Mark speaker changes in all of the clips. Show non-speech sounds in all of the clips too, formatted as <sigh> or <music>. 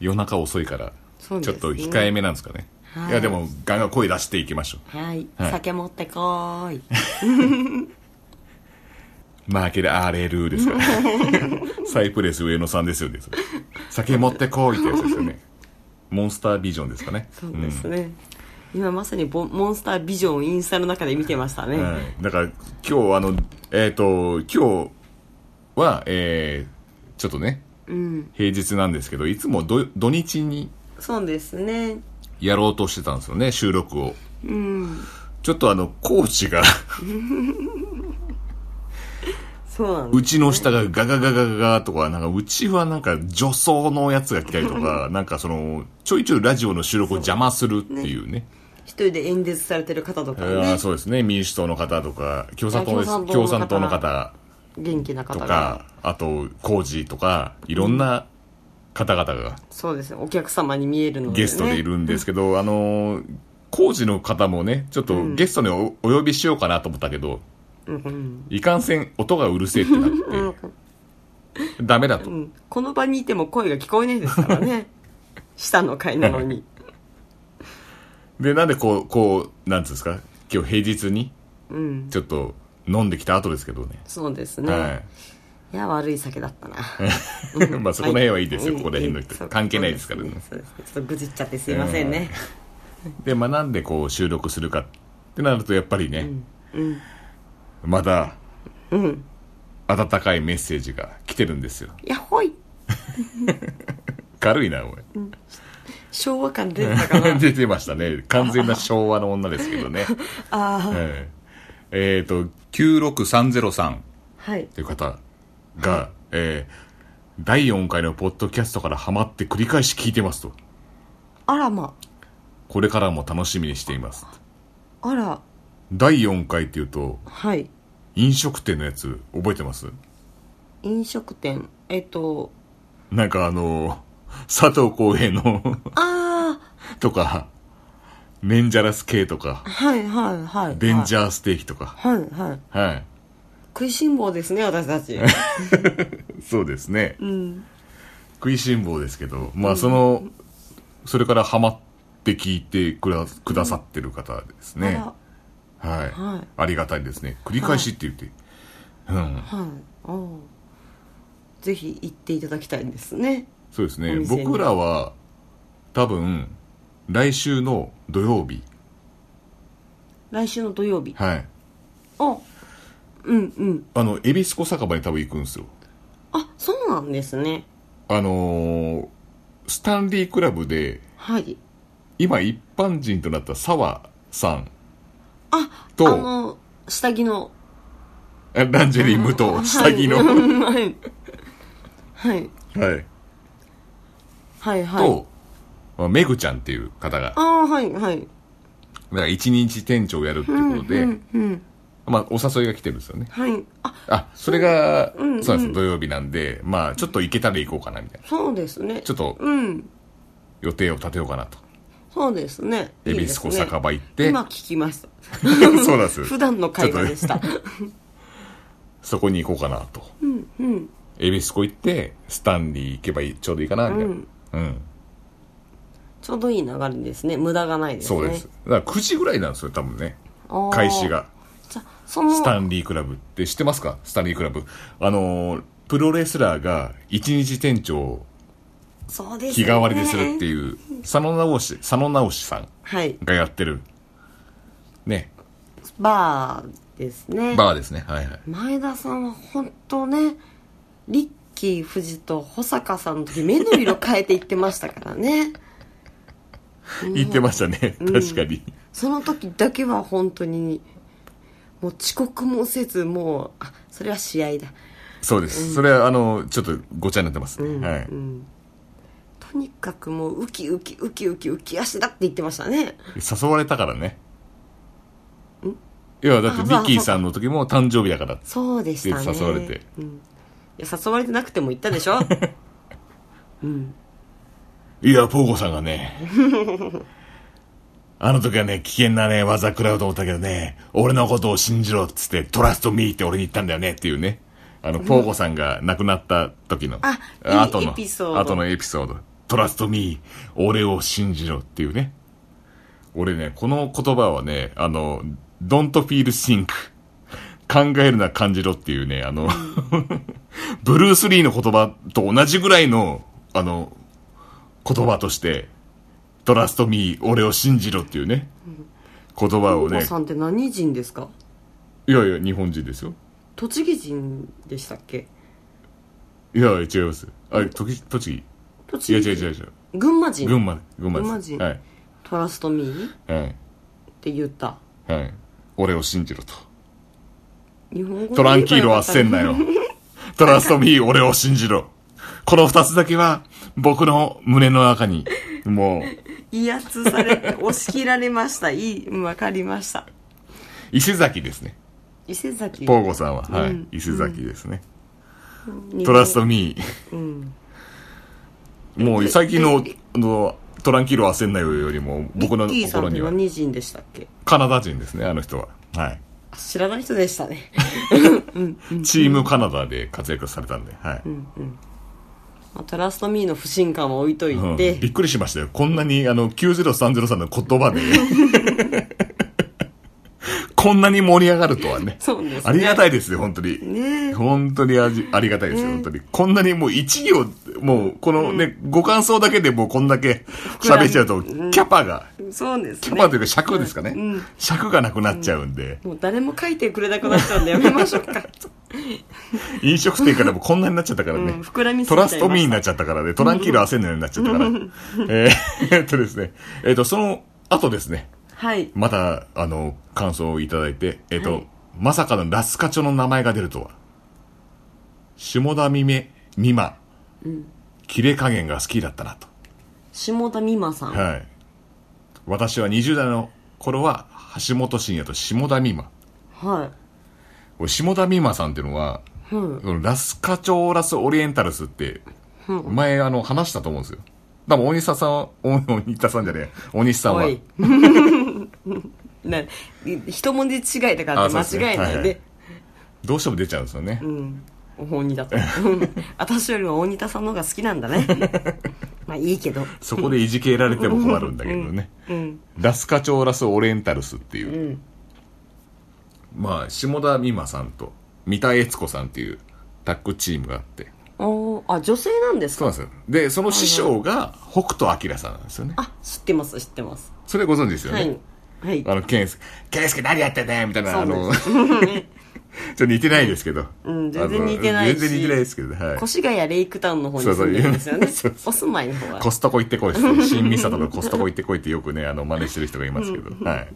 Speaker 1: 夜中遅いから、ち
Speaker 2: そ
Speaker 1: ょっ
Speaker 2: うですね
Speaker 1: と控えめなんですかね、
Speaker 2: はい
Speaker 1: い、やでもガンガン声出していきましょ
Speaker 2: はい、
Speaker 1: はい
Speaker 2: 酒持ってこーいう
Speaker 1: マーケル・アーレル
Speaker 2: <laughs>
Speaker 1: ーですからサイプレス上野さんですよねそれ酒持ってこいってやつですよねモンスタービジョンですかね
Speaker 2: そうですね、今まさにボモンスタービジョンをインスタの中で見てましたね、
Speaker 1: うんはい、だから今日あのえっ、と今日はえーちょっとね
Speaker 2: うん
Speaker 1: 平日なんですけどいつもど土日に
Speaker 2: そうですね
Speaker 1: やろうとしてたんですよね収録を
Speaker 2: うん
Speaker 1: ちょっとあのコーチが
Speaker 2: そうなんで
Speaker 1: う
Speaker 2: す
Speaker 1: ちの下がガガガガガガとかなんかうちはなんか女装のやつが来たりとかなんかそのちょいちょいラジオの収録を邪魔するっていうね
Speaker 2: 一人で演説されてる方とか
Speaker 1: あー
Speaker 2: ね
Speaker 1: そうですね民主党の方とか共産党です
Speaker 2: あ共産党の方
Speaker 1: 共産党の方
Speaker 2: 元気な
Speaker 1: と
Speaker 2: 方が
Speaker 1: かあと工事とかいろんな方々が
Speaker 2: そうですねお客様に見えるので、ね、
Speaker 1: ゲストでいるんですけど、あのー工事の方もねちょっとゲストにお,、お呼びしようかなと思ったけど、いかんせん音がうるせえってなってダメだと
Speaker 2: うんこの場にいても声が聞こえないですから
Speaker 1: <laughs>
Speaker 2: ね下の階なのに
Speaker 1: でなんでこうこうなんつうんですか今日平日に
Speaker 2: うん
Speaker 1: ちょっと飲んできた後ですけどね、
Speaker 2: そうですね、
Speaker 1: はい
Speaker 2: いや悪い酒だった
Speaker 1: <laughs>
Speaker 2: な
Speaker 1: まあそこら辺はいいですよ、ここら辺の
Speaker 2: うん
Speaker 1: 人
Speaker 2: そう
Speaker 1: 関係ないですからね
Speaker 2: そうですねちょっと愚痴っちゃってすいませんね、
Speaker 1: で、まあ、なんでこう収録するかってなるとやっぱりね、まだ、温かいメッセージが来てるんですよ
Speaker 2: やっほい
Speaker 1: 軽いなおい
Speaker 2: 昭和感出てたかな
Speaker 1: <laughs> 出てましたね完全な昭和の女ですけど
Speaker 2: <laughs>
Speaker 1: ねえええーと96303
Speaker 2: はい
Speaker 1: という方が、えー第4回のポッドキャストからハマって繰り返し聞いてますと
Speaker 2: あらま
Speaker 1: これからも楽しみにしています
Speaker 2: あら
Speaker 1: 第4回っていうと
Speaker 2: はい
Speaker 1: 飲食店のやつ覚えてます
Speaker 2: 飲食店えっと
Speaker 1: なんかあの佐藤浩平の <laughs>
Speaker 2: あ
Speaker 1: とかメンジャラス系とか
Speaker 2: あはいはいはい
Speaker 1: デン
Speaker 2: ャ
Speaker 1: ジャーステーキとか
Speaker 2: はいはい
Speaker 1: はい
Speaker 2: 食いしん坊ですね私た
Speaker 1: <laughs>
Speaker 2: ち
Speaker 1: そうですね
Speaker 2: うん
Speaker 1: 食いしん坊ですけど、まあその、それからハマって聞いてくだくださってる方です
Speaker 2: あ
Speaker 1: ね
Speaker 2: ら。
Speaker 1: はい、
Speaker 2: はい
Speaker 1: ありがたいですね。繰り返しって言って。うん。
Speaker 2: はいああぜひ行っていただきたいですね
Speaker 1: そうです
Speaker 2: お
Speaker 1: ね。
Speaker 2: 店に
Speaker 1: 僕らは、多分、来週の土曜日。
Speaker 2: 来週の土曜日
Speaker 1: はい。
Speaker 2: あうんうん
Speaker 1: あの、恵比寿小酒場に多分行くんですよ。
Speaker 2: あそうなんですね
Speaker 1: あのースタンリークラブで、
Speaker 2: はい
Speaker 1: 今一般人となった沢さん、
Speaker 2: あ
Speaker 1: と
Speaker 2: あの下着の
Speaker 1: あランジェリー無と下着の、
Speaker 2: <laughs> は
Speaker 1: はい
Speaker 2: はい
Speaker 1: い。
Speaker 2: はいはい
Speaker 1: と、まあめぐちゃんっていう方が
Speaker 2: あ、あはいはい
Speaker 1: だから一日店長をやるっていうことで、
Speaker 2: うん
Speaker 1: まあ、お誘いが来てるんですよね。
Speaker 2: はいあ
Speaker 1: あ、それが、そうなんです、土曜日なんで、まあ、ちょっと行けたら行こうかな、みたいな。
Speaker 2: そうですね
Speaker 1: ちょっと
Speaker 2: うん
Speaker 1: 予定を立てようかなと。
Speaker 2: そうですね
Speaker 1: 恵比寿小酒場行って、
Speaker 2: で今聞きました
Speaker 1: <laughs> そうなんです。
Speaker 2: 普段の会話でし
Speaker 1: ちょ
Speaker 2: た
Speaker 1: っとねそこに行こうかなと。
Speaker 2: うんうん
Speaker 1: 恵比寿小行って、スタンリー行けばいいちょうどいいかな、みたいな。うん。
Speaker 2: ちょうどいい流れですね無駄がないですね
Speaker 1: そうです。だから9時ぐらいなんですよ、多分ね。
Speaker 2: あー
Speaker 1: 開始が。
Speaker 2: じゃその
Speaker 1: スタンリークラブって知ってますかスタンリークラブ。あのープロレスラーが一日店長を
Speaker 2: そうです
Speaker 1: 日替わりでするって
Speaker 2: う
Speaker 1: いう、佐野直し、佐野直しさん
Speaker 2: はい
Speaker 1: がやってる、ね、
Speaker 2: バーですね
Speaker 1: バーですね。はいはい。
Speaker 2: 前田さんは本当ねリッキー富士と保坂さんの時目の色変えていってましたからね <laughs>
Speaker 1: 言ってましたね。確かに。
Speaker 2: その時だけは本当にもう遅刻もせずもうあそれは試合だ
Speaker 1: そうです。それは、あの、ちょっとごちゃになってますね。はい。
Speaker 2: とにかくもうウキウキウキウキ浮き足だって言ってましたね
Speaker 1: 誘われたからね。いや、だって、
Speaker 2: あ
Speaker 1: リ
Speaker 2: まあ
Speaker 1: ッキーさんの時も誕生日だからって
Speaker 2: そうでしたね
Speaker 1: 誘われて。
Speaker 2: いや誘われてなくても行ったでしょ
Speaker 1: <laughs> いや、ポーゴさんがね、 <laughs> あの時はね、危険なね、技食らうと思ったけどね、俺のことを信じろっつって、トラストミーって俺に言ったんだよねっていうね。あの、ポーゴさんが亡くなった時の、
Speaker 2: あ
Speaker 1: 後の
Speaker 2: いいエピソード
Speaker 1: 後のエピソード。トラストミー、俺を信じろっていうね。俺ね、この言葉はね、あの、don't feel think. 考えるな感じろっていうね、あの、ブルース・リーの言葉と同じぐらいの、あの、言葉として、トラストミー、俺を信じろっていうね、言葉
Speaker 2: お
Speaker 1: を
Speaker 2: ば
Speaker 1: ね、
Speaker 2: さんって何人ですか
Speaker 1: いやいや、日本人ですよ。
Speaker 2: 栃木人でしたっけ
Speaker 1: いや、違います。あ、とき栃
Speaker 2: 栃
Speaker 1: 木いや、
Speaker 2: 木
Speaker 1: 違う
Speaker 2: 人
Speaker 1: 違う違う。
Speaker 2: 群馬人
Speaker 1: 群馬、群馬です。
Speaker 2: 群馬人
Speaker 1: はい。
Speaker 2: トラストミーっ
Speaker 1: はい。
Speaker 2: て言った
Speaker 1: はい。俺を信じろと。
Speaker 2: 日本語
Speaker 1: トランキーロはせんな
Speaker 2: よ
Speaker 1: よ。トラストミー、俺を信じろ。この二つだけは、僕の胸の中に、もう、
Speaker 2: 威圧されて押し切られましたいいうんわかりました
Speaker 1: 伊勢崎ですね。
Speaker 2: 伊勢崎
Speaker 1: ポーゴさんは、は
Speaker 2: う
Speaker 1: い
Speaker 2: ん。
Speaker 1: 伊勢崎ですね。
Speaker 2: 日本
Speaker 1: トラストミ
Speaker 2: う
Speaker 1: ー。
Speaker 2: ん
Speaker 1: もう、最近の、あの、トランキーロはせんなよよりも、僕の
Speaker 2: リッキーさん
Speaker 1: 心
Speaker 2: って
Speaker 1: には、
Speaker 2: 何人でしたっけ
Speaker 1: カナダ人ですね、あの人は。はい。
Speaker 2: あ知らない人でしたね
Speaker 1: チームカナダで活躍されたんで、はい。
Speaker 2: まあトラストミーの不信感は置いとい
Speaker 1: うん
Speaker 2: て、
Speaker 1: びっくりしましたよ。こんなに、あの、90303の言葉で、
Speaker 2: <laughs>
Speaker 1: こんなに盛り上がるとはね。
Speaker 2: そうですね
Speaker 1: ありがたいですよ、本当に。
Speaker 2: ねえ
Speaker 1: 本当にあじありがたいですよ、本当に。こんなにもう一行、もう、このね、ご感想だけでもうこんだけ
Speaker 2: らむ
Speaker 1: 喋っちゃうと、キャパが、
Speaker 2: そうです
Speaker 1: キャ
Speaker 2: ね
Speaker 1: パというか尺ですかね。
Speaker 2: うん
Speaker 1: 尺がなくなっちゃうんで、
Speaker 2: もう誰も書いてくれなくなっちゃうんでやめましょう
Speaker 1: <laughs>
Speaker 2: か
Speaker 1: 飲食店からもこんなになっちゃったか
Speaker 2: <laughs>
Speaker 1: らね。
Speaker 2: うん膨らみすぎちゃい
Speaker 1: ト
Speaker 2: ま
Speaker 1: ラ
Speaker 2: した
Speaker 1: ストミーになっちゃったからね、トランキール焦んのようになっちゃったから。
Speaker 2: <laughs>
Speaker 1: えーえっとですね、えっと、その後ですね、
Speaker 2: はい
Speaker 1: また、あの、感想をいただいて、えっ、と、
Speaker 2: はい
Speaker 1: まさかのラスカチョの名前が出るとは。下田美め、美馬。切れ加減が好きだったなと。
Speaker 2: 下田美馬さん、
Speaker 1: はい。私は20代の頃は、橋本真也と下田美馬。
Speaker 2: はい
Speaker 1: これ下田美馬さんっていうのは、
Speaker 2: うん
Speaker 1: そのラスカチョーラスオリエンタルスって、
Speaker 2: うん
Speaker 1: 前、あの、話したと思うんですよ。多分、鬼田さんは、お鬼田さんじゃねえ、鬼さんは
Speaker 2: お。い <laughs> な一文字違いだから
Speaker 1: あ
Speaker 2: って
Speaker 1: そうですね
Speaker 2: 間違いない
Speaker 1: は
Speaker 2: で
Speaker 1: いはいどうしても出ちゃうんですよね。
Speaker 2: うんお本にだと <laughs> うん私よりも大仁田さんの方が好きなんだ
Speaker 1: <laughs>
Speaker 2: ねまあいいけど
Speaker 1: そこでいじけられても困るんだけどね。
Speaker 2: うん
Speaker 1: ラスカチョーラス・オレンタルスっていうう、
Speaker 2: ん
Speaker 1: まあ、下田美馬さんと三田悦子さんっていうタッグチームがあって、
Speaker 2: おーあ女性なんです
Speaker 1: そう
Speaker 2: か
Speaker 1: なんですよ。で、その師匠が北斗晶さんなんですよね。
Speaker 2: あ知ってます知ってます
Speaker 1: それご存知ですよ
Speaker 2: はい
Speaker 1: ね。
Speaker 2: はい
Speaker 1: あの、ケンス、ケンスケ何やってんだよみたいな、あの、ち
Speaker 2: そ
Speaker 1: ょっと似てないですけど。
Speaker 2: うん全然似てないし
Speaker 1: あの全然似てないですけどね、はい。 <laughs>
Speaker 2: 越谷レイクタウンの方に住んでるんですよね
Speaker 1: そうそう
Speaker 2: お住まいの方は
Speaker 1: コストコ行ってこ
Speaker 2: <laughs>
Speaker 1: いです。新三郷のコストコ行ってこいってよくね、あの、真似してる人がいますけど。はい。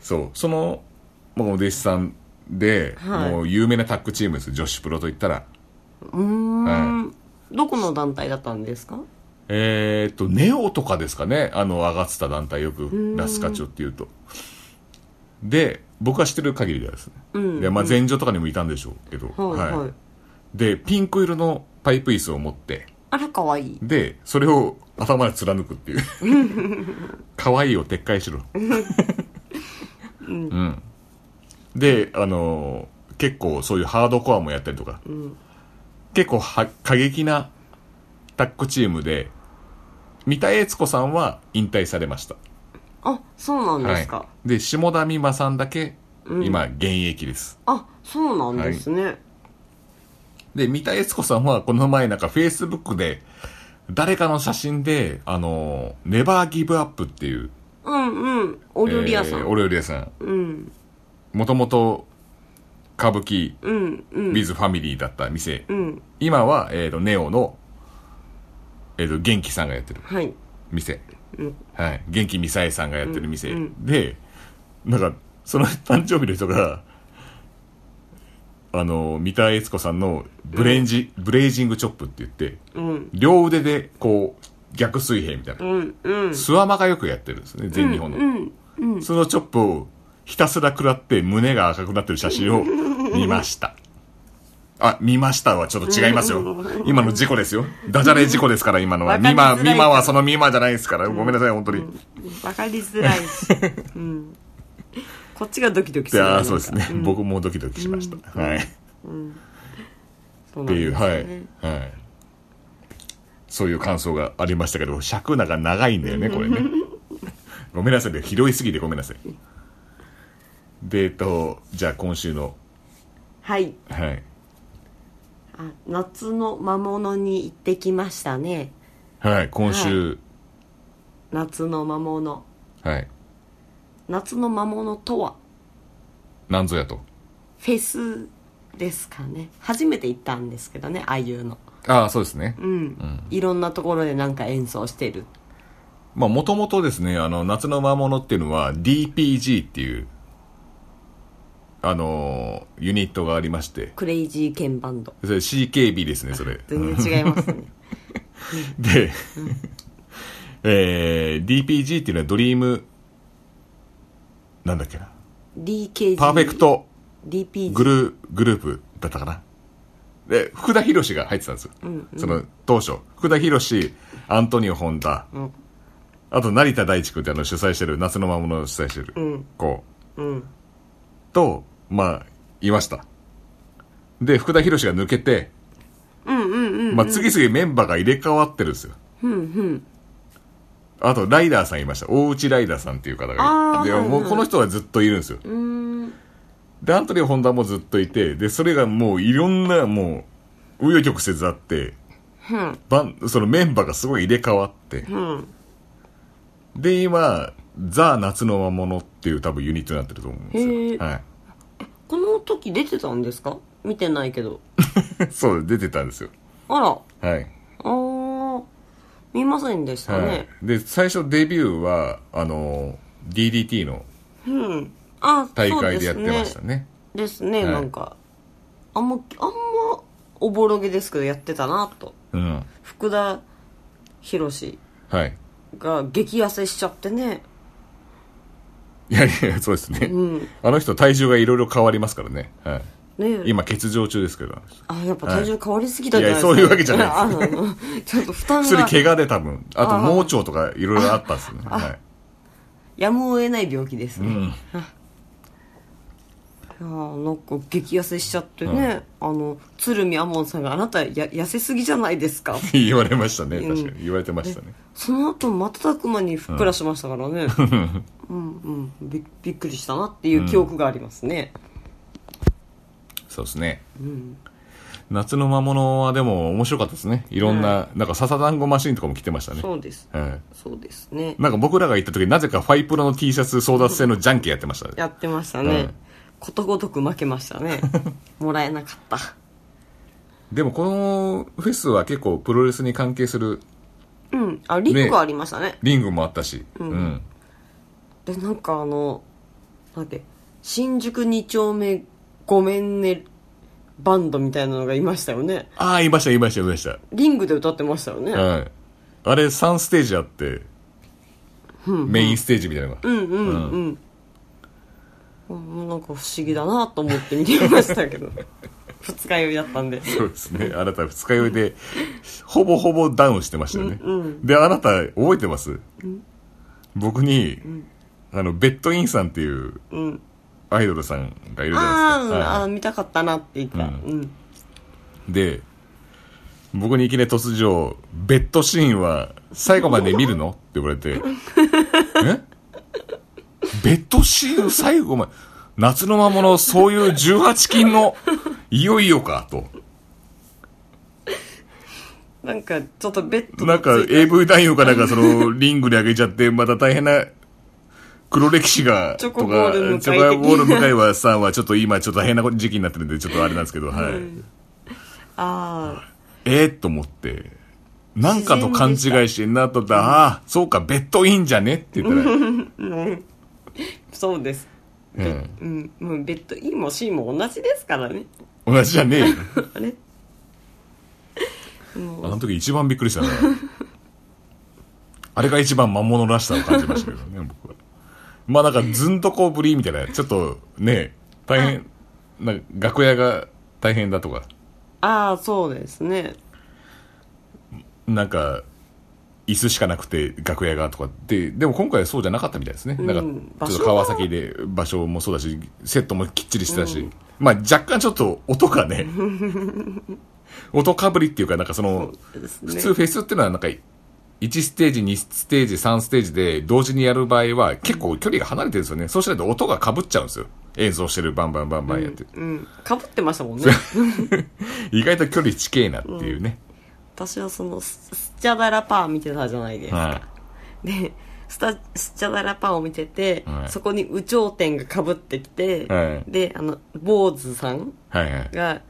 Speaker 1: そう。その、もうお弟子さんで、
Speaker 2: はい
Speaker 1: もう有名なタッグチームです。女子プロといったら。
Speaker 2: うー
Speaker 1: は
Speaker 2: んどこの団体だったんですか
Speaker 1: えーっと、ネオとかですかね。あの、上がってた団体よく、ラスカチョっていうと。で、僕が知ってる限りではですね。
Speaker 2: うん
Speaker 1: でまあ、前女とかにもいたんでしょうけど。
Speaker 2: はいはい
Speaker 1: で、ピンク色のパイプ椅子を持って、
Speaker 2: あらかわいい
Speaker 1: で、それを頭で貫くっていう。可愛いを撤回しろ。うん。で、あのー結構そういうハードコアもやったりとか、結構は過激なタッグチームで、三田悦子さんは引退されました。
Speaker 2: あそうなんですか、
Speaker 1: はい。で、下田美馬さんだけ、今、現役です。
Speaker 2: あそうなんですね、
Speaker 1: で、三田悦子さんはこの前なんか Facebook で、誰かの写真で、あの、ネバーギブアップっていう。
Speaker 2: うんうんお料理屋さん、
Speaker 1: えーお料理屋さん。
Speaker 2: うん
Speaker 1: もともと、歌舞伎、
Speaker 2: うんうん
Speaker 1: with ファミリーだった店。
Speaker 2: うん
Speaker 1: 今は、えっ、と、ネオの、えっ、と、元気さんがやってる
Speaker 2: はい
Speaker 1: 店。
Speaker 2: うん
Speaker 1: はい。元気みさえさんがやってる店。
Speaker 2: うんう
Speaker 1: で、なんか、その誕生日の人が、あの、三田悦子さんのブレンジ、ブレイジングチョップって言って、
Speaker 2: うん
Speaker 1: 両腕でこう逆水平みたいな、
Speaker 2: うんうん
Speaker 1: スワマがよくやってるんですね全日本の、
Speaker 2: うん
Speaker 1: そのチョップをひたすら食らって胸が赤くなってる写真
Speaker 2: <laughs>
Speaker 1: を見ましたあ見ましたはちょっと違いますよ今の事故ですよダジャレ事故ですから今のは
Speaker 2: わか
Speaker 1: 見
Speaker 2: りづら
Speaker 1: ま
Speaker 2: い
Speaker 1: 見まはその見まじゃないですからごめんなさい本当に、
Speaker 2: わかりづらい
Speaker 1: <laughs>
Speaker 2: し、うん、こっちがドキドキす
Speaker 1: で
Speaker 2: るな
Speaker 1: あーそうですね、
Speaker 2: なんか
Speaker 1: 僕もドキドキしました、はい、
Speaker 2: そう
Speaker 1: っ
Speaker 2: な
Speaker 1: て
Speaker 2: ん
Speaker 1: いう、
Speaker 2: ですよ
Speaker 1: はい
Speaker 2: ね。、
Speaker 1: はい。そういう感想がありましたけど、尺なんか長いんだよね、これ <laughs> ね。ごめんなさいね、拾いすぎてごめんなさい。で、えっと、じゃあ今週の、
Speaker 2: はい。
Speaker 1: はい。
Speaker 2: あ夏の魔物に行ってきましたね。
Speaker 1: はい、今週、
Speaker 2: 夏の魔物。
Speaker 1: はい。
Speaker 2: 夏の魔物とは、
Speaker 1: なんぞやと。
Speaker 2: フェスですかね。初めて行ったんですけどね、ああいうの。
Speaker 1: ああ、そうですね。
Speaker 2: うん。いろんなところでなんか演奏してる。
Speaker 1: まあ、もともとですね、あの、夏の魔物っていうのは DPG っていう、あのーユニットがありまして、
Speaker 2: クレイジーケンバンド。
Speaker 1: それ CKB ですね、それ。
Speaker 2: 全然違います
Speaker 1: <laughs>
Speaker 2: ね。
Speaker 1: で、えー、DPG っていうのはドリーム、なんだっけな。
Speaker 2: DKG。
Speaker 1: パーフェク。ト
Speaker 2: DPG。
Speaker 1: グルー、グループだったかな。で、福田博士が入ってたんですよ。その、当初。福田博士、アントニオ・ホンダ、
Speaker 2: ん
Speaker 1: あと成田大地君ってあの主催してる、夏の魔物を主催してる、
Speaker 2: ん
Speaker 1: 子
Speaker 2: うん。
Speaker 1: と、まあ、いました。で、福田博士が抜けて、
Speaker 2: うんうんうん。
Speaker 1: まあ、次々メンバーが入れ替わってるんですよ。あと、ライダーさんいました。大内ライダーさんっていう方が
Speaker 2: あ
Speaker 1: い
Speaker 2: ー
Speaker 1: て。で、
Speaker 2: はいはい
Speaker 1: もうこの人はずっといるんですよ。で、アントニオ・ホンダもずっといて、で、それがもういろんな、もう、紆余曲折あって、
Speaker 2: うん。
Speaker 1: バンそのメンバーがすごい入れ替わって。
Speaker 2: ん
Speaker 1: で、今、ザ・夏の魔物っていう多分ユニットになってると思うんです
Speaker 2: へ
Speaker 1: よ。はい。
Speaker 2: この時出てたんですか見てないけど。
Speaker 1: <laughs> そう、出てたんですよ。
Speaker 2: あら。
Speaker 1: はい。
Speaker 2: あー見ませんでしたね、
Speaker 1: はい、で最初デビューはあの DDT の
Speaker 2: うんあ
Speaker 1: 大会でやってまし
Speaker 2: そ
Speaker 1: た
Speaker 2: う
Speaker 1: ね
Speaker 2: ですねですね、
Speaker 1: はい
Speaker 2: なんかあんまあんまおぼろげですけどやってたなと
Speaker 1: うん
Speaker 2: 福田博士
Speaker 1: はい
Speaker 2: が激痩せしちゃってね
Speaker 1: いやいやそうですね、あの人体重がいろいろ変わりますからね、は
Speaker 2: ね
Speaker 1: い、今欠場中ですけど
Speaker 2: あやっぱ体重変わりすぎたんじゃないですか、
Speaker 1: はいいやそういうわけじゃない
Speaker 2: <laughs> ですちょっと負担
Speaker 1: 普通に
Speaker 2: が
Speaker 1: 怪我で多分あと盲腸とかいろいろあったんですよね、はい、 <laughs>
Speaker 2: やむを得ない病気ですね、 <laughs> いやーなんか激痩せしちゃってね、あの鶴見亞門さんがあなたや痩せすぎじゃないですか <laughs>
Speaker 1: 言われましたね
Speaker 2: うん
Speaker 1: 確かに言われてましたね、
Speaker 2: その後瞬く間にふっくらしましたからね、うん、うんびびっくりしたなっていう記憶がありますね、
Speaker 1: そうですね、夏の魔物はでも面白かったですねいろんな、なんか笹団子マシンとかも来てましたね
Speaker 2: そうです
Speaker 1: はい
Speaker 2: そうですね
Speaker 1: なんか僕らが行った時なぜかファイプロの T シャツ争奪戦のジャンケンやってましたね
Speaker 2: やってました
Speaker 1: は
Speaker 2: ね、
Speaker 1: い
Speaker 2: ことごとく負けました <laughs> ねもらえなかった
Speaker 1: でもこのフェスは結構プロレスに関係する
Speaker 2: うんあリンクありましたね
Speaker 1: リングもあったし、うん
Speaker 2: でなんかあのなんだっけ新宿2丁目ごめんねバンドみたいなのがいましたよね
Speaker 1: ああいましたいましたいました、
Speaker 2: リングで歌ってましたよね、
Speaker 1: はい、あれ3ステージあって、メインステージみたいなのが、
Speaker 2: うんなんか不思議だなと思って見てました
Speaker 1: <laughs>
Speaker 2: けど二日酔いだったんで
Speaker 1: そうですねあなた二日酔いでほぼほぼダウンしてましたよね、であなた覚えてます、僕に、あのベッドインさんっていう、アイドルさんがいるじゃ
Speaker 2: あー、
Speaker 1: ないです
Speaker 2: うん
Speaker 1: か、はい
Speaker 2: あー見たかったなって言った、うん
Speaker 1: で、僕にいきなり突如、ベッドシーンは最後まで見るのって言われて、えベッドシーン最後まで、夏の魔物、そういう18禁の、いよいよか、と。
Speaker 2: なんかちょっとベッド
Speaker 1: なんか AV 男優かなんかその、リングに上げちゃって、また大変な、黒歴史が、
Speaker 2: チョ
Speaker 1: と
Speaker 2: コボ
Speaker 1: か、
Speaker 2: ール向井的な
Speaker 1: チョコボール向井はさんはちょっと今ちょっと大変な時期になってるんで、ちょっとあれなんですけど、はい。
Speaker 2: あ
Speaker 1: えー、と思って、なんかと勘違いしてんなと思ったら、ああ、そうか、ベッドインじゃねって言ったら、
Speaker 2: あそうです
Speaker 1: うん、
Speaker 2: うんもうベッド E も C も同じですから
Speaker 1: <laughs>
Speaker 2: ね
Speaker 1: 同じじゃねえよ。
Speaker 2: あれ
Speaker 1: あの時一番びっくりしたのは、あれが一番魔物らしさを感じましたけどね、僕は。まあなんか、ずんとこぶりみたいな、ちょっとね、大変、なんか楽屋が大変だとか、
Speaker 2: ああそうですね
Speaker 1: なんか、椅子しかなくて楽屋がとかって、でも今回はそうじゃなかったみたいですね。なんか、
Speaker 2: 場
Speaker 1: ちょ
Speaker 2: 所
Speaker 1: っと
Speaker 2: が
Speaker 1: 川崎で場所もそうだし、セットもきっちりしてたし、まあ若干ちょっと音がね、 <laughs> 音かぶりっていうか、なんかその、
Speaker 2: そうですね
Speaker 1: 普通フェスっていうのはなんか、1ステージ、2ステージ、3ステージで同時にやる場合は結構距離が離れてるんですよね。そうしないと音がかぶっちゃうんですよ。演奏してるバンバンバンバンやって。
Speaker 2: うんかぶってましたもんね
Speaker 1: 意外と距離近えなっていうね。
Speaker 2: 私はそのススチャダラパー見てたじゃないですか、
Speaker 1: は
Speaker 2: でスタスチャダラパンを見てて、
Speaker 1: はい
Speaker 2: そこに有頂天がかぶってきて、
Speaker 1: はい
Speaker 2: であの坊主さん
Speaker 1: い。はいはい。
Speaker 2: が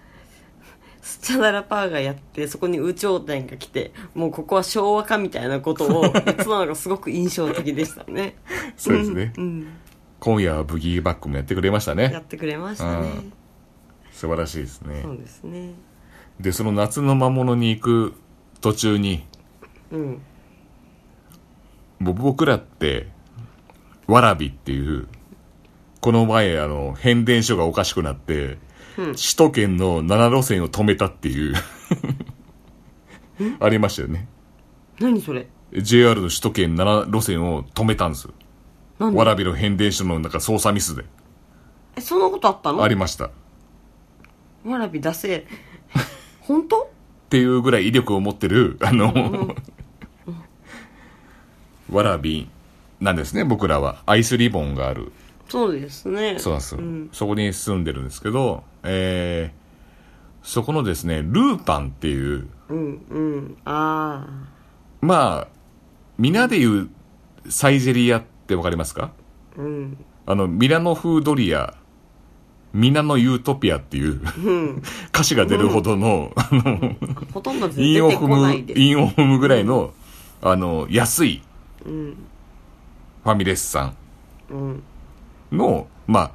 Speaker 2: スチャダラパーがやってそこに有頂天が来てもうここは昭和かみたいなこと
Speaker 1: <laughs>
Speaker 2: を言ってたのがすごく印象的でしたね
Speaker 1: そうですね。今夜はブギーバックもやってくれました
Speaker 2: や
Speaker 1: ね。
Speaker 2: ってくれましたね
Speaker 1: うん素晴らしいですね
Speaker 2: そ。うですね
Speaker 1: で、その夏の魔物に行く途中に、
Speaker 2: うん
Speaker 1: もう僕らって、わらびっていう、この前、あの、変電所がおかしくなって、首都圏の7路線を止めたっていう、ありましたよね。
Speaker 2: 何それ
Speaker 1: JR の首都圏7路線を止めたんですよ。
Speaker 2: なんで
Speaker 1: わらびの変電所のなんか操作ミスで。
Speaker 2: えそんなことあったの
Speaker 1: ありました。っ
Speaker 2: わらび出せ本当
Speaker 1: ていうぐらい威力を持ってる、あの、 <laughs> わらびなんですね、僕らは。アイスリボンがある。
Speaker 2: そうですね
Speaker 1: そうなんですよ、そこに住んでるんですけど、えー、そこのですね、ルーパンっていう、
Speaker 2: うんうんああ
Speaker 1: まあ、皆で言うサイゼリアってわかりますか
Speaker 2: うん
Speaker 1: あの、ミラノフードリア、ミナノユートピアっていう、 <laughs> 歌詞が出るほどの、あの、
Speaker 2: ほとんど出て
Speaker 1: 韻を踏
Speaker 2: こない
Speaker 1: む、
Speaker 2: です
Speaker 1: 韻を踏むぐらいの、あの、安い、ファミレスさん
Speaker 2: うん
Speaker 1: の、まあ、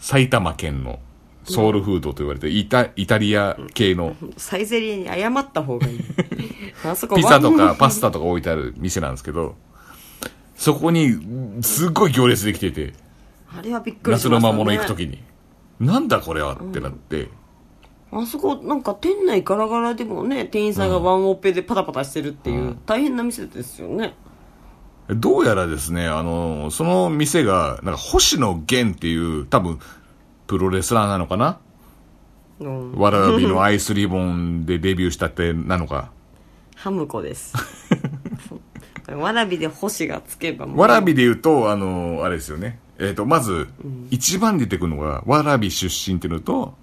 Speaker 1: 埼玉県のソウルフードと言われて、イタイタリア系の
Speaker 2: サイゼリヤに謝った方
Speaker 1: <laughs>
Speaker 2: がいいあそこ
Speaker 1: ピザと
Speaker 2: ワ
Speaker 1: か
Speaker 2: ン
Speaker 1: パスタとか置いてある店なんですけど、そこにすっごい行列できてて、
Speaker 2: あれはびっくりし
Speaker 1: 夏
Speaker 2: ま
Speaker 1: の
Speaker 2: した、ね、
Speaker 1: 魔物行くときに、なんだこれはってなって、
Speaker 2: あそこなんか店内ガラガラでもね店員さんがワンオペでパタパタしてるっていう、大変な店ですよね
Speaker 1: どうやらですね、あの、その店が、なんか星野源っていう、多分、プロレスラーなのかな
Speaker 2: うん
Speaker 1: わらびのアイスリボンでデビューしたってなのか。
Speaker 2: ハムコです
Speaker 1: <laughs>
Speaker 2: わらびで星がつけばもう
Speaker 1: わらびで言うと、あの、あれですよね。えっ、と、まず、一番出てくるのが、わらび出身っていうのと、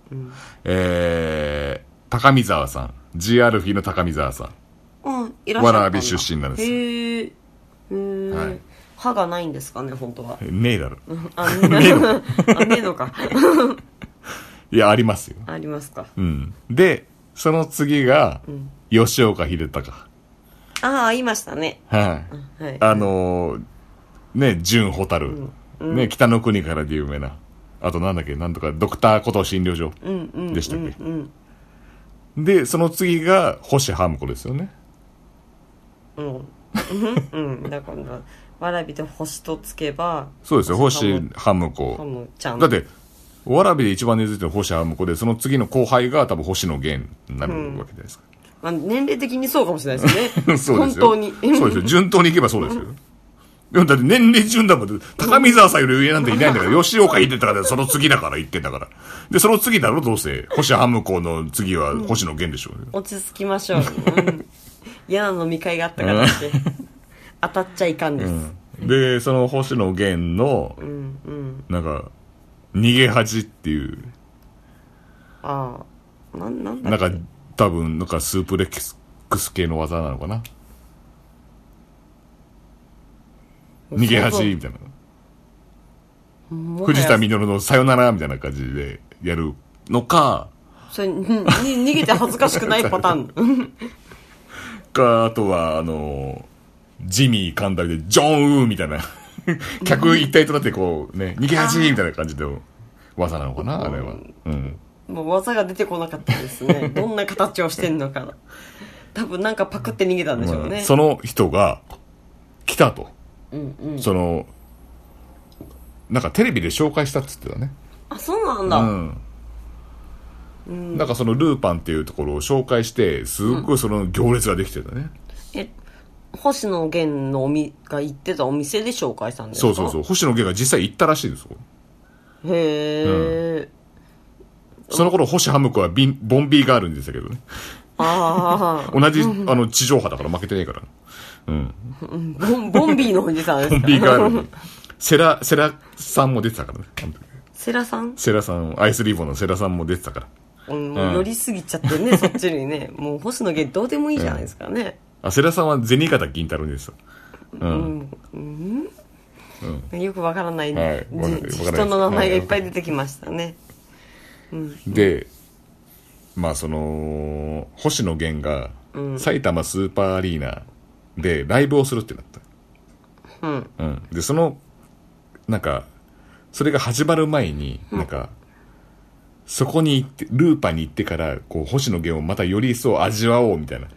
Speaker 1: えー、高見沢さん。GRF の高見沢さ
Speaker 2: うんいらっしゃったんだ
Speaker 1: わらび出身なんですよ
Speaker 2: へえへえ、
Speaker 1: はい
Speaker 2: 歯がないんですかね本
Speaker 1: <laughs>
Speaker 2: 当は
Speaker 1: ん。ねえだろ。
Speaker 2: あねえの <laughs> あねえのか
Speaker 1: いや、ありますよ。
Speaker 2: ありますか
Speaker 1: うん。で、その次が、吉岡秀隆。
Speaker 2: ああいましたね
Speaker 1: はい。
Speaker 2: はい
Speaker 1: あのー、ね、純蛍、ね、北の国からで有名な。あとなんだっけ、なんとか、ドクターこと診療所でしたっけ。で、その次が、星ハムコですよね。
Speaker 2: うんだからわらびで星とつけば
Speaker 1: そうですよ、
Speaker 2: 星
Speaker 1: 星
Speaker 2: ハム
Speaker 1: ハム
Speaker 2: ハ
Speaker 1: コ。
Speaker 2: ムちゃん
Speaker 1: だって、わらびで一番根付いてるのは星ハムコで、その次の後輩が多分星野源になるわけじゃないですか。
Speaker 2: まあ、年齢的にそうかもしれないですよね
Speaker 1: <laughs> そうですよ。
Speaker 2: 本当に
Speaker 1: そうですよ。順当にいけばそうですよ。でもだって年齢順だもん。高見沢さんより上なんていないんだから、吉岡言ってたから、その次だから言ってんだから。で、その次だろ、どうせ。星ハムコの次は星野源でしょう、ね
Speaker 2: 落ち着きましょう、うん嫌な飲み会があったからって当たっちゃいかんです、
Speaker 1: で、その星野源の、なんか、逃げ恥っていう、
Speaker 2: ああなんなんだ
Speaker 1: なんか、多分、なんかスープレックス系の技なのかな。逃げ恥みたいな。藤田
Speaker 2: み
Speaker 1: 実のさよならみたいな感じでやるのか、
Speaker 2: それにに逃げて恥ずかしくないパターンうん
Speaker 1: か、あとは、あの、ジミー神田で、ジョンウー
Speaker 2: <laughs>
Speaker 1: みたいな、客一体となってこう、ね、逃げ恥みたいな感じの技なのかな、あれは。うん。
Speaker 2: もう技が出てこなかったですねどんな形をしてんのか多分なんかパクって逃げたんでしょうね、
Speaker 1: その人が、来たと。その、なんかテレビで紹介したっつってたね。
Speaker 2: あそうなんだ、
Speaker 1: うん。なんかそのルーパンっていうところを紹介して、すっごいその行列ができてたね。
Speaker 2: え星野源のおみが行ってたお店で紹介したんですか
Speaker 1: そうそうそう。星野源が実際行ったらしいんですよ。
Speaker 2: へえ、
Speaker 1: その頃、星ハム子はビンボンビーガールに出てたけどね。
Speaker 2: ああ
Speaker 1: 同じ、あの、地上波だから負けてないから。うん。
Speaker 2: ボンボンビーのおじさんです
Speaker 1: <laughs> ボン
Speaker 2: か
Speaker 1: ビーガールに。セラ、セラさんも出てたからね。あの時
Speaker 2: セラさん、
Speaker 1: セラさん、アイスリボンのセラさんも出てたから。
Speaker 2: うん、もう寄りすぎちゃって
Speaker 1: <laughs>
Speaker 2: ね、そっちにねもう星野源どうでもいいじゃないですかね、
Speaker 1: あ、セラさんは銭形銀太郎ですよ。う。
Speaker 2: うんんよくわからない,、
Speaker 1: はいわかんな
Speaker 2: じ
Speaker 1: いわかんないです
Speaker 2: 人の名前がいっぱい出てきましたね、
Speaker 1: で、まあその、星野源が、埼玉スーパーアリーナでライブをするってなった。
Speaker 2: うん
Speaker 1: うん。で、その、なんか、それが始まる前に、なんか、そこに行って、ルーパに行ってから、こう、星野源をまたより一層味わおうみたいな。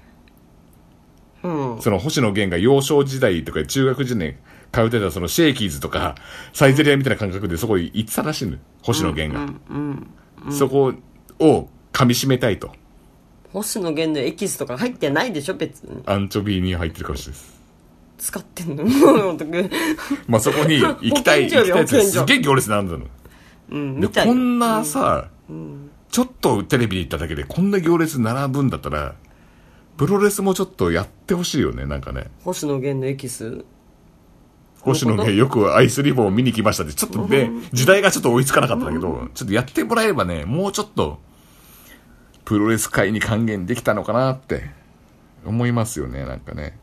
Speaker 2: うん
Speaker 1: その星野源が幼少時代とか中学時代に通ってたそのシェイキーズとかサイゼリアみたいな感覚でそこに行ってたらしいのよ星野源が、そこを噛み締めたいと
Speaker 2: 星野源のエキスとか入ってないでしょ別
Speaker 1: <laughs>
Speaker 2: に <laughs>
Speaker 1: アンチョビに入ってるかもしれないです
Speaker 2: 使ってんのもう
Speaker 1: まあそ
Speaker 2: <laughs>
Speaker 1: こに行きたい
Speaker 2: 保健所
Speaker 1: 行き
Speaker 2: よ
Speaker 1: たいって
Speaker 2: 保健所
Speaker 1: すげえ行列なんだの
Speaker 2: うん
Speaker 1: で
Speaker 2: みたい
Speaker 1: こんなさ、ちょっとテレビに行っただけでこんな行列並ぶんだったらプロレスもちょっとやってほしいよねなんかね
Speaker 2: 星野源のエキス
Speaker 1: 星野源よくアイスリボンを見に来ましたって、ちょっとね、時代がちょっと追いつかなかったんだけど、ちょっとやってもらえればね、もうちょっと、プロレス界に還元できたのかなって、思いますよね、なんかね。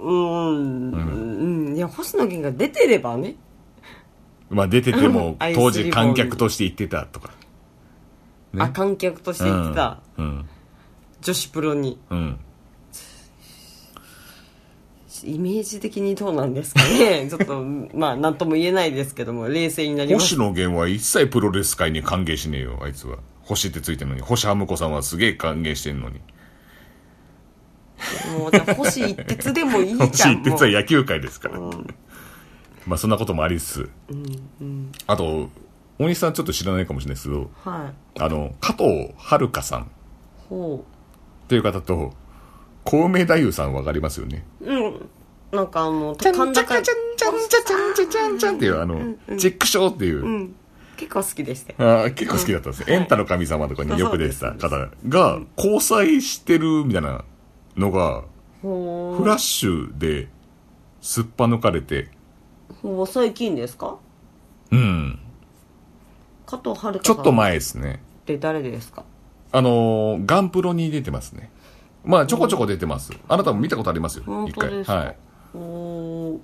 Speaker 2: うん、うん、いや星野源が出てればね
Speaker 1: まあ出てても
Speaker 2: <laughs> アイ、スリボン
Speaker 1: 当時観客として行ってたとか。ね
Speaker 2: あ観客として行ってた
Speaker 1: うん。
Speaker 2: 女子プロに
Speaker 1: うん。
Speaker 2: イメージ的にどうなんですか
Speaker 1: <laughs>
Speaker 2: ねちょっとまあ何とも言えないですけども冷静になります
Speaker 1: 星野源は一切プロレス界に還元しねえよ、あいつは。星ってついてるのに。星ハム子さんはすげえ還元してんのに。
Speaker 2: もうじゃあ星一徹でもいいじゃん
Speaker 1: <laughs> 星一徹
Speaker 2: もう
Speaker 1: は野球界ですから、まあそんなこともありつつ、あと大西さんちょっと知らないかもしれないですけど
Speaker 2: はい
Speaker 1: あの加藤遥さんっ
Speaker 2: ほ
Speaker 1: ていう方と小梅太夫さんわかりますよね
Speaker 2: ううんなんかあの
Speaker 1: ちゃんちゃ
Speaker 2: 甲
Speaker 1: かちゃんちゃんちゃちゃんちゃちゃんちゃんっていうあのチェックショーっていう、
Speaker 2: うん結構好きでしたよ
Speaker 1: あー結構好きだったんですよ、エンタの神様とかによく出てた方が交際してるみたいなのが
Speaker 2: ほ
Speaker 1: フラッシュですっぱ抜かれて
Speaker 2: うほう最近ですか
Speaker 1: うん
Speaker 2: 加藤遥
Speaker 1: ちょ
Speaker 2: 香さ
Speaker 1: っ
Speaker 2: ん
Speaker 1: と前ですね
Speaker 2: って誰ですか
Speaker 1: あのーガンプロに出てますね。まあ、ちょこちょこ出てます。あなたも見たことありますよ。
Speaker 2: 本
Speaker 1: 一
Speaker 2: 当で
Speaker 1: 回。
Speaker 2: すか
Speaker 1: はい。
Speaker 2: おお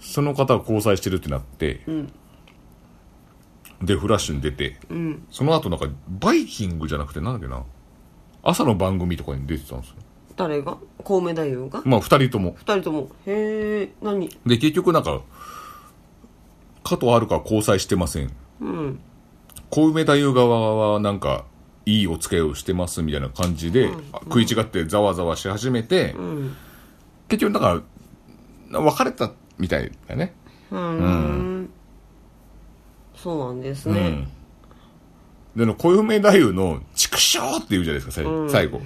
Speaker 1: その方が交際してるってなって、
Speaker 2: ん
Speaker 1: で、フラッシュに出て、
Speaker 2: うん
Speaker 1: その後なんか、バイキングじゃなくて、なんだっけな、朝の番組とかに出てたんですよ。
Speaker 2: 誰が小梅太夫が
Speaker 1: まあ、二人とも。
Speaker 2: 二人ともへえ何
Speaker 1: で、結局なんか、加藤遥香は交際してません。
Speaker 2: うん
Speaker 1: 小梅太夫側はなんか、いいお付き合いをしてますみたいな感じで、あ食い違ってざわざわし始めて、
Speaker 2: うん
Speaker 1: 結局なんか別れたみたいだね
Speaker 2: うん、そうなんです
Speaker 1: う
Speaker 2: ね
Speaker 1: んでの小梅太夫の「畜生!」って言うじゃないですか最,、最後、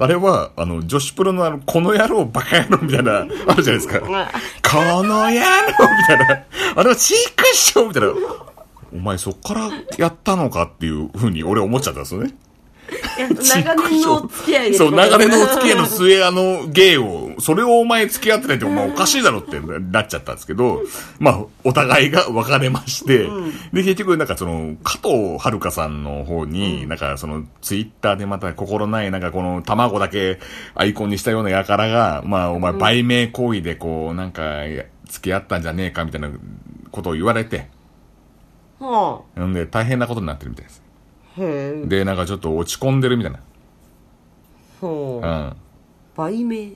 Speaker 1: あれはあの女子プロのあの「この野郎バカ野郎」みたいなあるじゃないですか「こ
Speaker 2: まあ
Speaker 1: の野郎」みたいなあれは「畜生!」みたいなお前そっからやったのかっていうふうに俺思っちゃったんですよね
Speaker 2: いや長年のお付き合いです
Speaker 1: そう、
Speaker 2: これ
Speaker 1: 長年のお付き合いの末、あの、芸を、それをお前付き合ってないって、お前おかしいだろってなっちゃったんですけど、まあ、お互いが別れまして、で、結局、なんかその、加藤遥さんの方に、なんかその、ツイッターでまた心ない、なんかこの、卵だけアイコンにしたような輩が、まあ、お前、売名行為でこう、なんか、付き合ったんじゃねえかみたいなことを言われて、
Speaker 2: は
Speaker 1: なんで、大変なことになってるみたいです。
Speaker 2: あへえ
Speaker 1: で、なんかちょっと落ち込んでるみたいな。
Speaker 2: ほ
Speaker 1: う。
Speaker 2: うん売名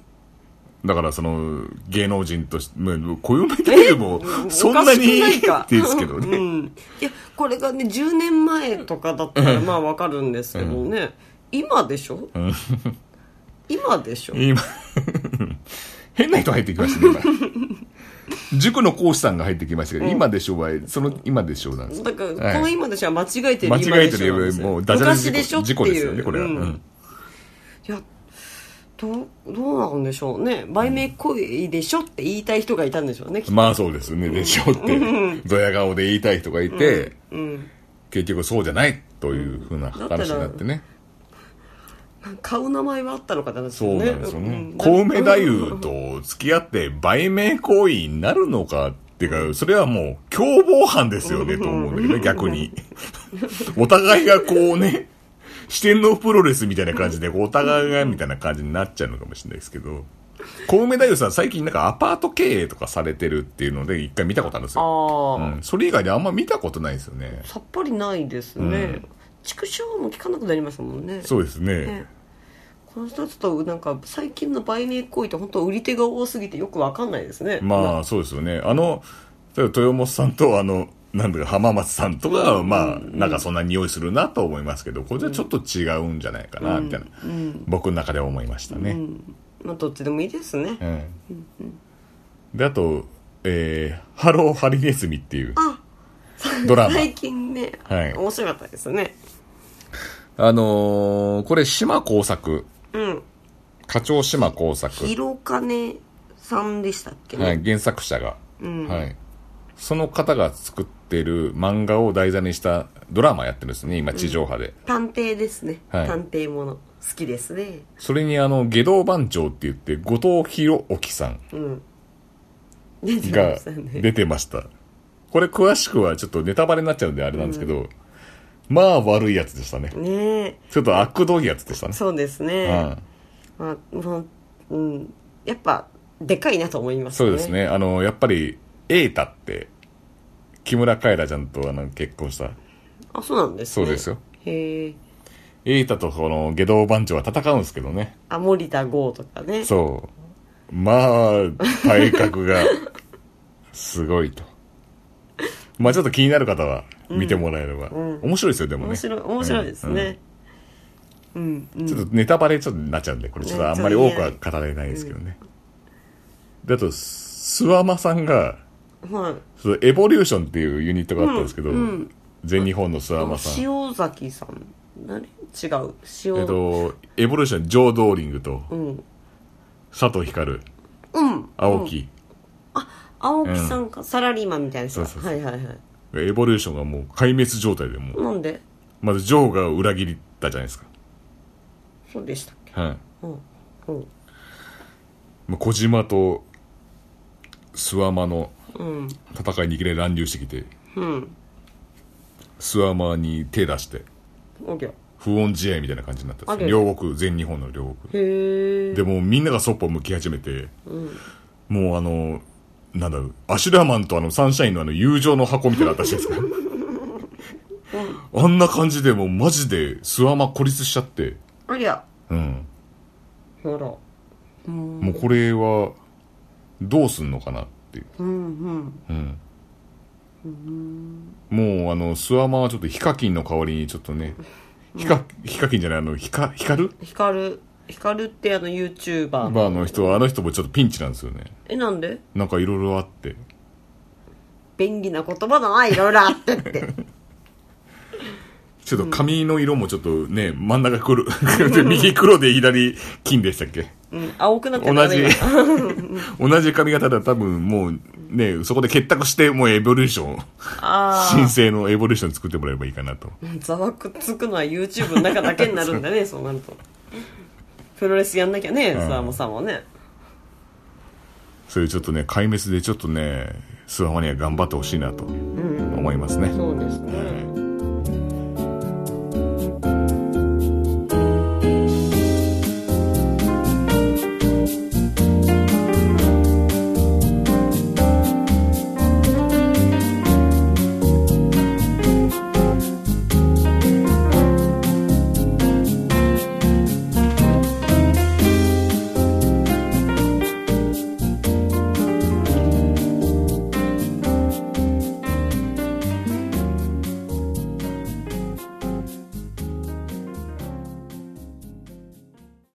Speaker 1: だからその芸能人として、まあ暦でもそんなにい
Speaker 2: おか
Speaker 1: い
Speaker 2: しくないか
Speaker 1: ですけどね。
Speaker 2: うん、いやこれがね10年前とかだったらまあわかるんですけどね、今でしょ、今でしょ
Speaker 1: 今、変な人入ってきましたね、今。塾の講師さんが入ってきましたけど、今でしょうは、その今でしょうなんです
Speaker 2: だから、
Speaker 1: はい
Speaker 2: この今でしょは間違えてる
Speaker 1: 間
Speaker 2: 今
Speaker 1: 違え
Speaker 2: で
Speaker 1: て
Speaker 2: しょなんで
Speaker 1: るよ
Speaker 2: す
Speaker 1: り
Speaker 2: よ
Speaker 1: もダジャレ
Speaker 2: 昔でしょって
Speaker 1: 事故
Speaker 2: いう
Speaker 1: ですよね、これは。
Speaker 2: うん
Speaker 1: うん
Speaker 2: いやどうどうなんでしょうね売名行為でしょって言いたい人がいたんでしょうねきっと
Speaker 1: まあそうですね、でしょうって、ドヤ顔で言いたい人がいて、結局そうじゃないっというふうな話になってね、
Speaker 2: 買う名前はあったのかな
Speaker 1: そうなんですよね小梅太夫と付き合って売名行為になるのかっていうかそれはもう共謀犯ですよねと思うんだけどね逆にお互いがこうね四天王プロレスみたいな感じでこうお互いがみたいな感じになっちゃうのかもしれないですけど小梅太夫さん最近なんかアパート経営とかされてるっていうので一回見たことあるんですよ、
Speaker 2: あ
Speaker 1: う
Speaker 2: あ、
Speaker 1: ん、それ以外であんま見たことないですよね
Speaker 2: さっぱりないですね、畜生も聞かなくなりましたもんね
Speaker 1: そうですね
Speaker 2: ねこの人ちょっとなんか最近の売名行為って本当売り手が多すぎてよくわかんないですね
Speaker 1: まあそうですよねあの例えば豊本さんとあのなんだか浜松さんとかはまあなんかそんな匂いするなと思いますけどこれじゃちょっと違うんじゃないかなみたいな僕の中では思いましたね、
Speaker 2: まあどっちでもいいですね
Speaker 1: うんであと、えーハローハリネズミ」っていう
Speaker 2: あ
Speaker 1: ドラマ
Speaker 2: 最近ね、
Speaker 1: はい
Speaker 2: 面白かったですね
Speaker 1: あのーこれ島耕作
Speaker 2: うん
Speaker 1: 課長島耕作
Speaker 2: 広金さんでしたっけね、
Speaker 1: はい、原作者が、
Speaker 2: ん
Speaker 1: はい、その方が作ってる漫画を題材にしたドラマやってるんですね今地上波で、
Speaker 2: 探偵ですね、
Speaker 1: はい
Speaker 2: 探偵もの好きですね
Speaker 1: それにあの下道番長って言って後藤弘樹さん
Speaker 2: うん出てま
Speaker 1: が
Speaker 2: したね
Speaker 1: 出てましたこれ詳しくはちょっとネタバレになっちゃうんであれなんですけど、まあ悪いやつでしたね
Speaker 2: ねえ
Speaker 1: ちょっと悪どいやつでしたね
Speaker 2: そうですね、
Speaker 1: うん
Speaker 2: まあもううん、やっぱでかいなと思います
Speaker 1: そ
Speaker 2: ね
Speaker 1: うですねあのやっぱり瑛太って木村カエラちゃんとあの結婚した
Speaker 2: あそうなんです
Speaker 1: そ
Speaker 2: ね
Speaker 1: うですよ
Speaker 2: へえ
Speaker 1: 瑛太とこの下道番長は戦うんですけどね
Speaker 2: あ森田剛とかね
Speaker 1: そうまあ体格がすごいとまあちょっと気になる方は見てもらえれば、面白いですよでもね
Speaker 2: 面白い面白いですね、うん
Speaker 1: うんうんちょっとネタバレちょっとなっちゃうんでこれちょっとあんまり多くは語れないですけどね、だと諏訪間さんが
Speaker 2: はい
Speaker 1: そのエボリューションっていうユニットがあったんですけど、
Speaker 2: うんうん
Speaker 1: 全日本の諏訪間さん
Speaker 2: 塩崎さん何違う塩、
Speaker 1: えっと、エボリューションジョー・ドーリングと
Speaker 2: うん
Speaker 1: 佐藤光
Speaker 2: うん
Speaker 1: 青木、
Speaker 2: 青木さんか、サラリーマンみたいな人
Speaker 1: そうそうそ
Speaker 2: はいはいはい
Speaker 1: エボリューションがもう壊滅状態でもう
Speaker 2: なんで
Speaker 1: まずジョーが裏切ったじゃないですか。
Speaker 2: そうでしたっけ
Speaker 1: はい。
Speaker 2: うんうん
Speaker 1: まあ、小島と諏訪間の
Speaker 2: うん
Speaker 1: 戦いにいきなり乱入してきて、
Speaker 2: うん
Speaker 1: 諏訪間に手出して、
Speaker 2: オッケー
Speaker 1: 不穏試合みたいな感じになったんです
Speaker 2: あ
Speaker 1: よ。
Speaker 2: れ
Speaker 1: 両国、全日本の両国。
Speaker 2: へえ
Speaker 1: でもうみんながそっぽ向き始めて、もうあの、なんだろう、アシュラマンとあのサンシャインのあの友情の箱みたいな私
Speaker 2: <laughs>
Speaker 1: ですかあんな感じでもうマジで諏訪間孤立しちゃって、
Speaker 2: ありゃ
Speaker 1: うん。
Speaker 2: ほら
Speaker 1: もうこれは、どうすんのかなっていう。
Speaker 2: うんうん
Speaker 1: うんもうあの諏訪間はちょっとヒカキンの代わりにちょっとねヒカ,、ヒカキンじゃないあのヒカヒカル
Speaker 2: 光る光るってあの YouTuber、
Speaker 1: バーの人はあの人もちょっとピンチなんですよね
Speaker 2: えなんで
Speaker 1: なんかいろいろあって
Speaker 2: 便利な言葉だないろいろあってって
Speaker 1: ちょっと髪の色もちょっとね、真ん中黒 <laughs> 右黒で左金でしたっけ
Speaker 2: うん青くなって
Speaker 1: 同
Speaker 2: るね
Speaker 1: じ
Speaker 2: 今
Speaker 1: 同じ髪型だったら多分もうねそこで結託してもうエボリューション
Speaker 2: あ
Speaker 1: 新生のエボリューション作ってもらえばいいかなと
Speaker 2: あざわくつくのは YouTube の中だけになるんだね <laughs> そうなるとプロレスやんなきゃね
Speaker 1: ん
Speaker 2: さあもさもね
Speaker 1: そういうちょっとね壊滅でちょっとね諏訪間には頑張ってほしいなと思いますね、
Speaker 2: そうですね
Speaker 1: はい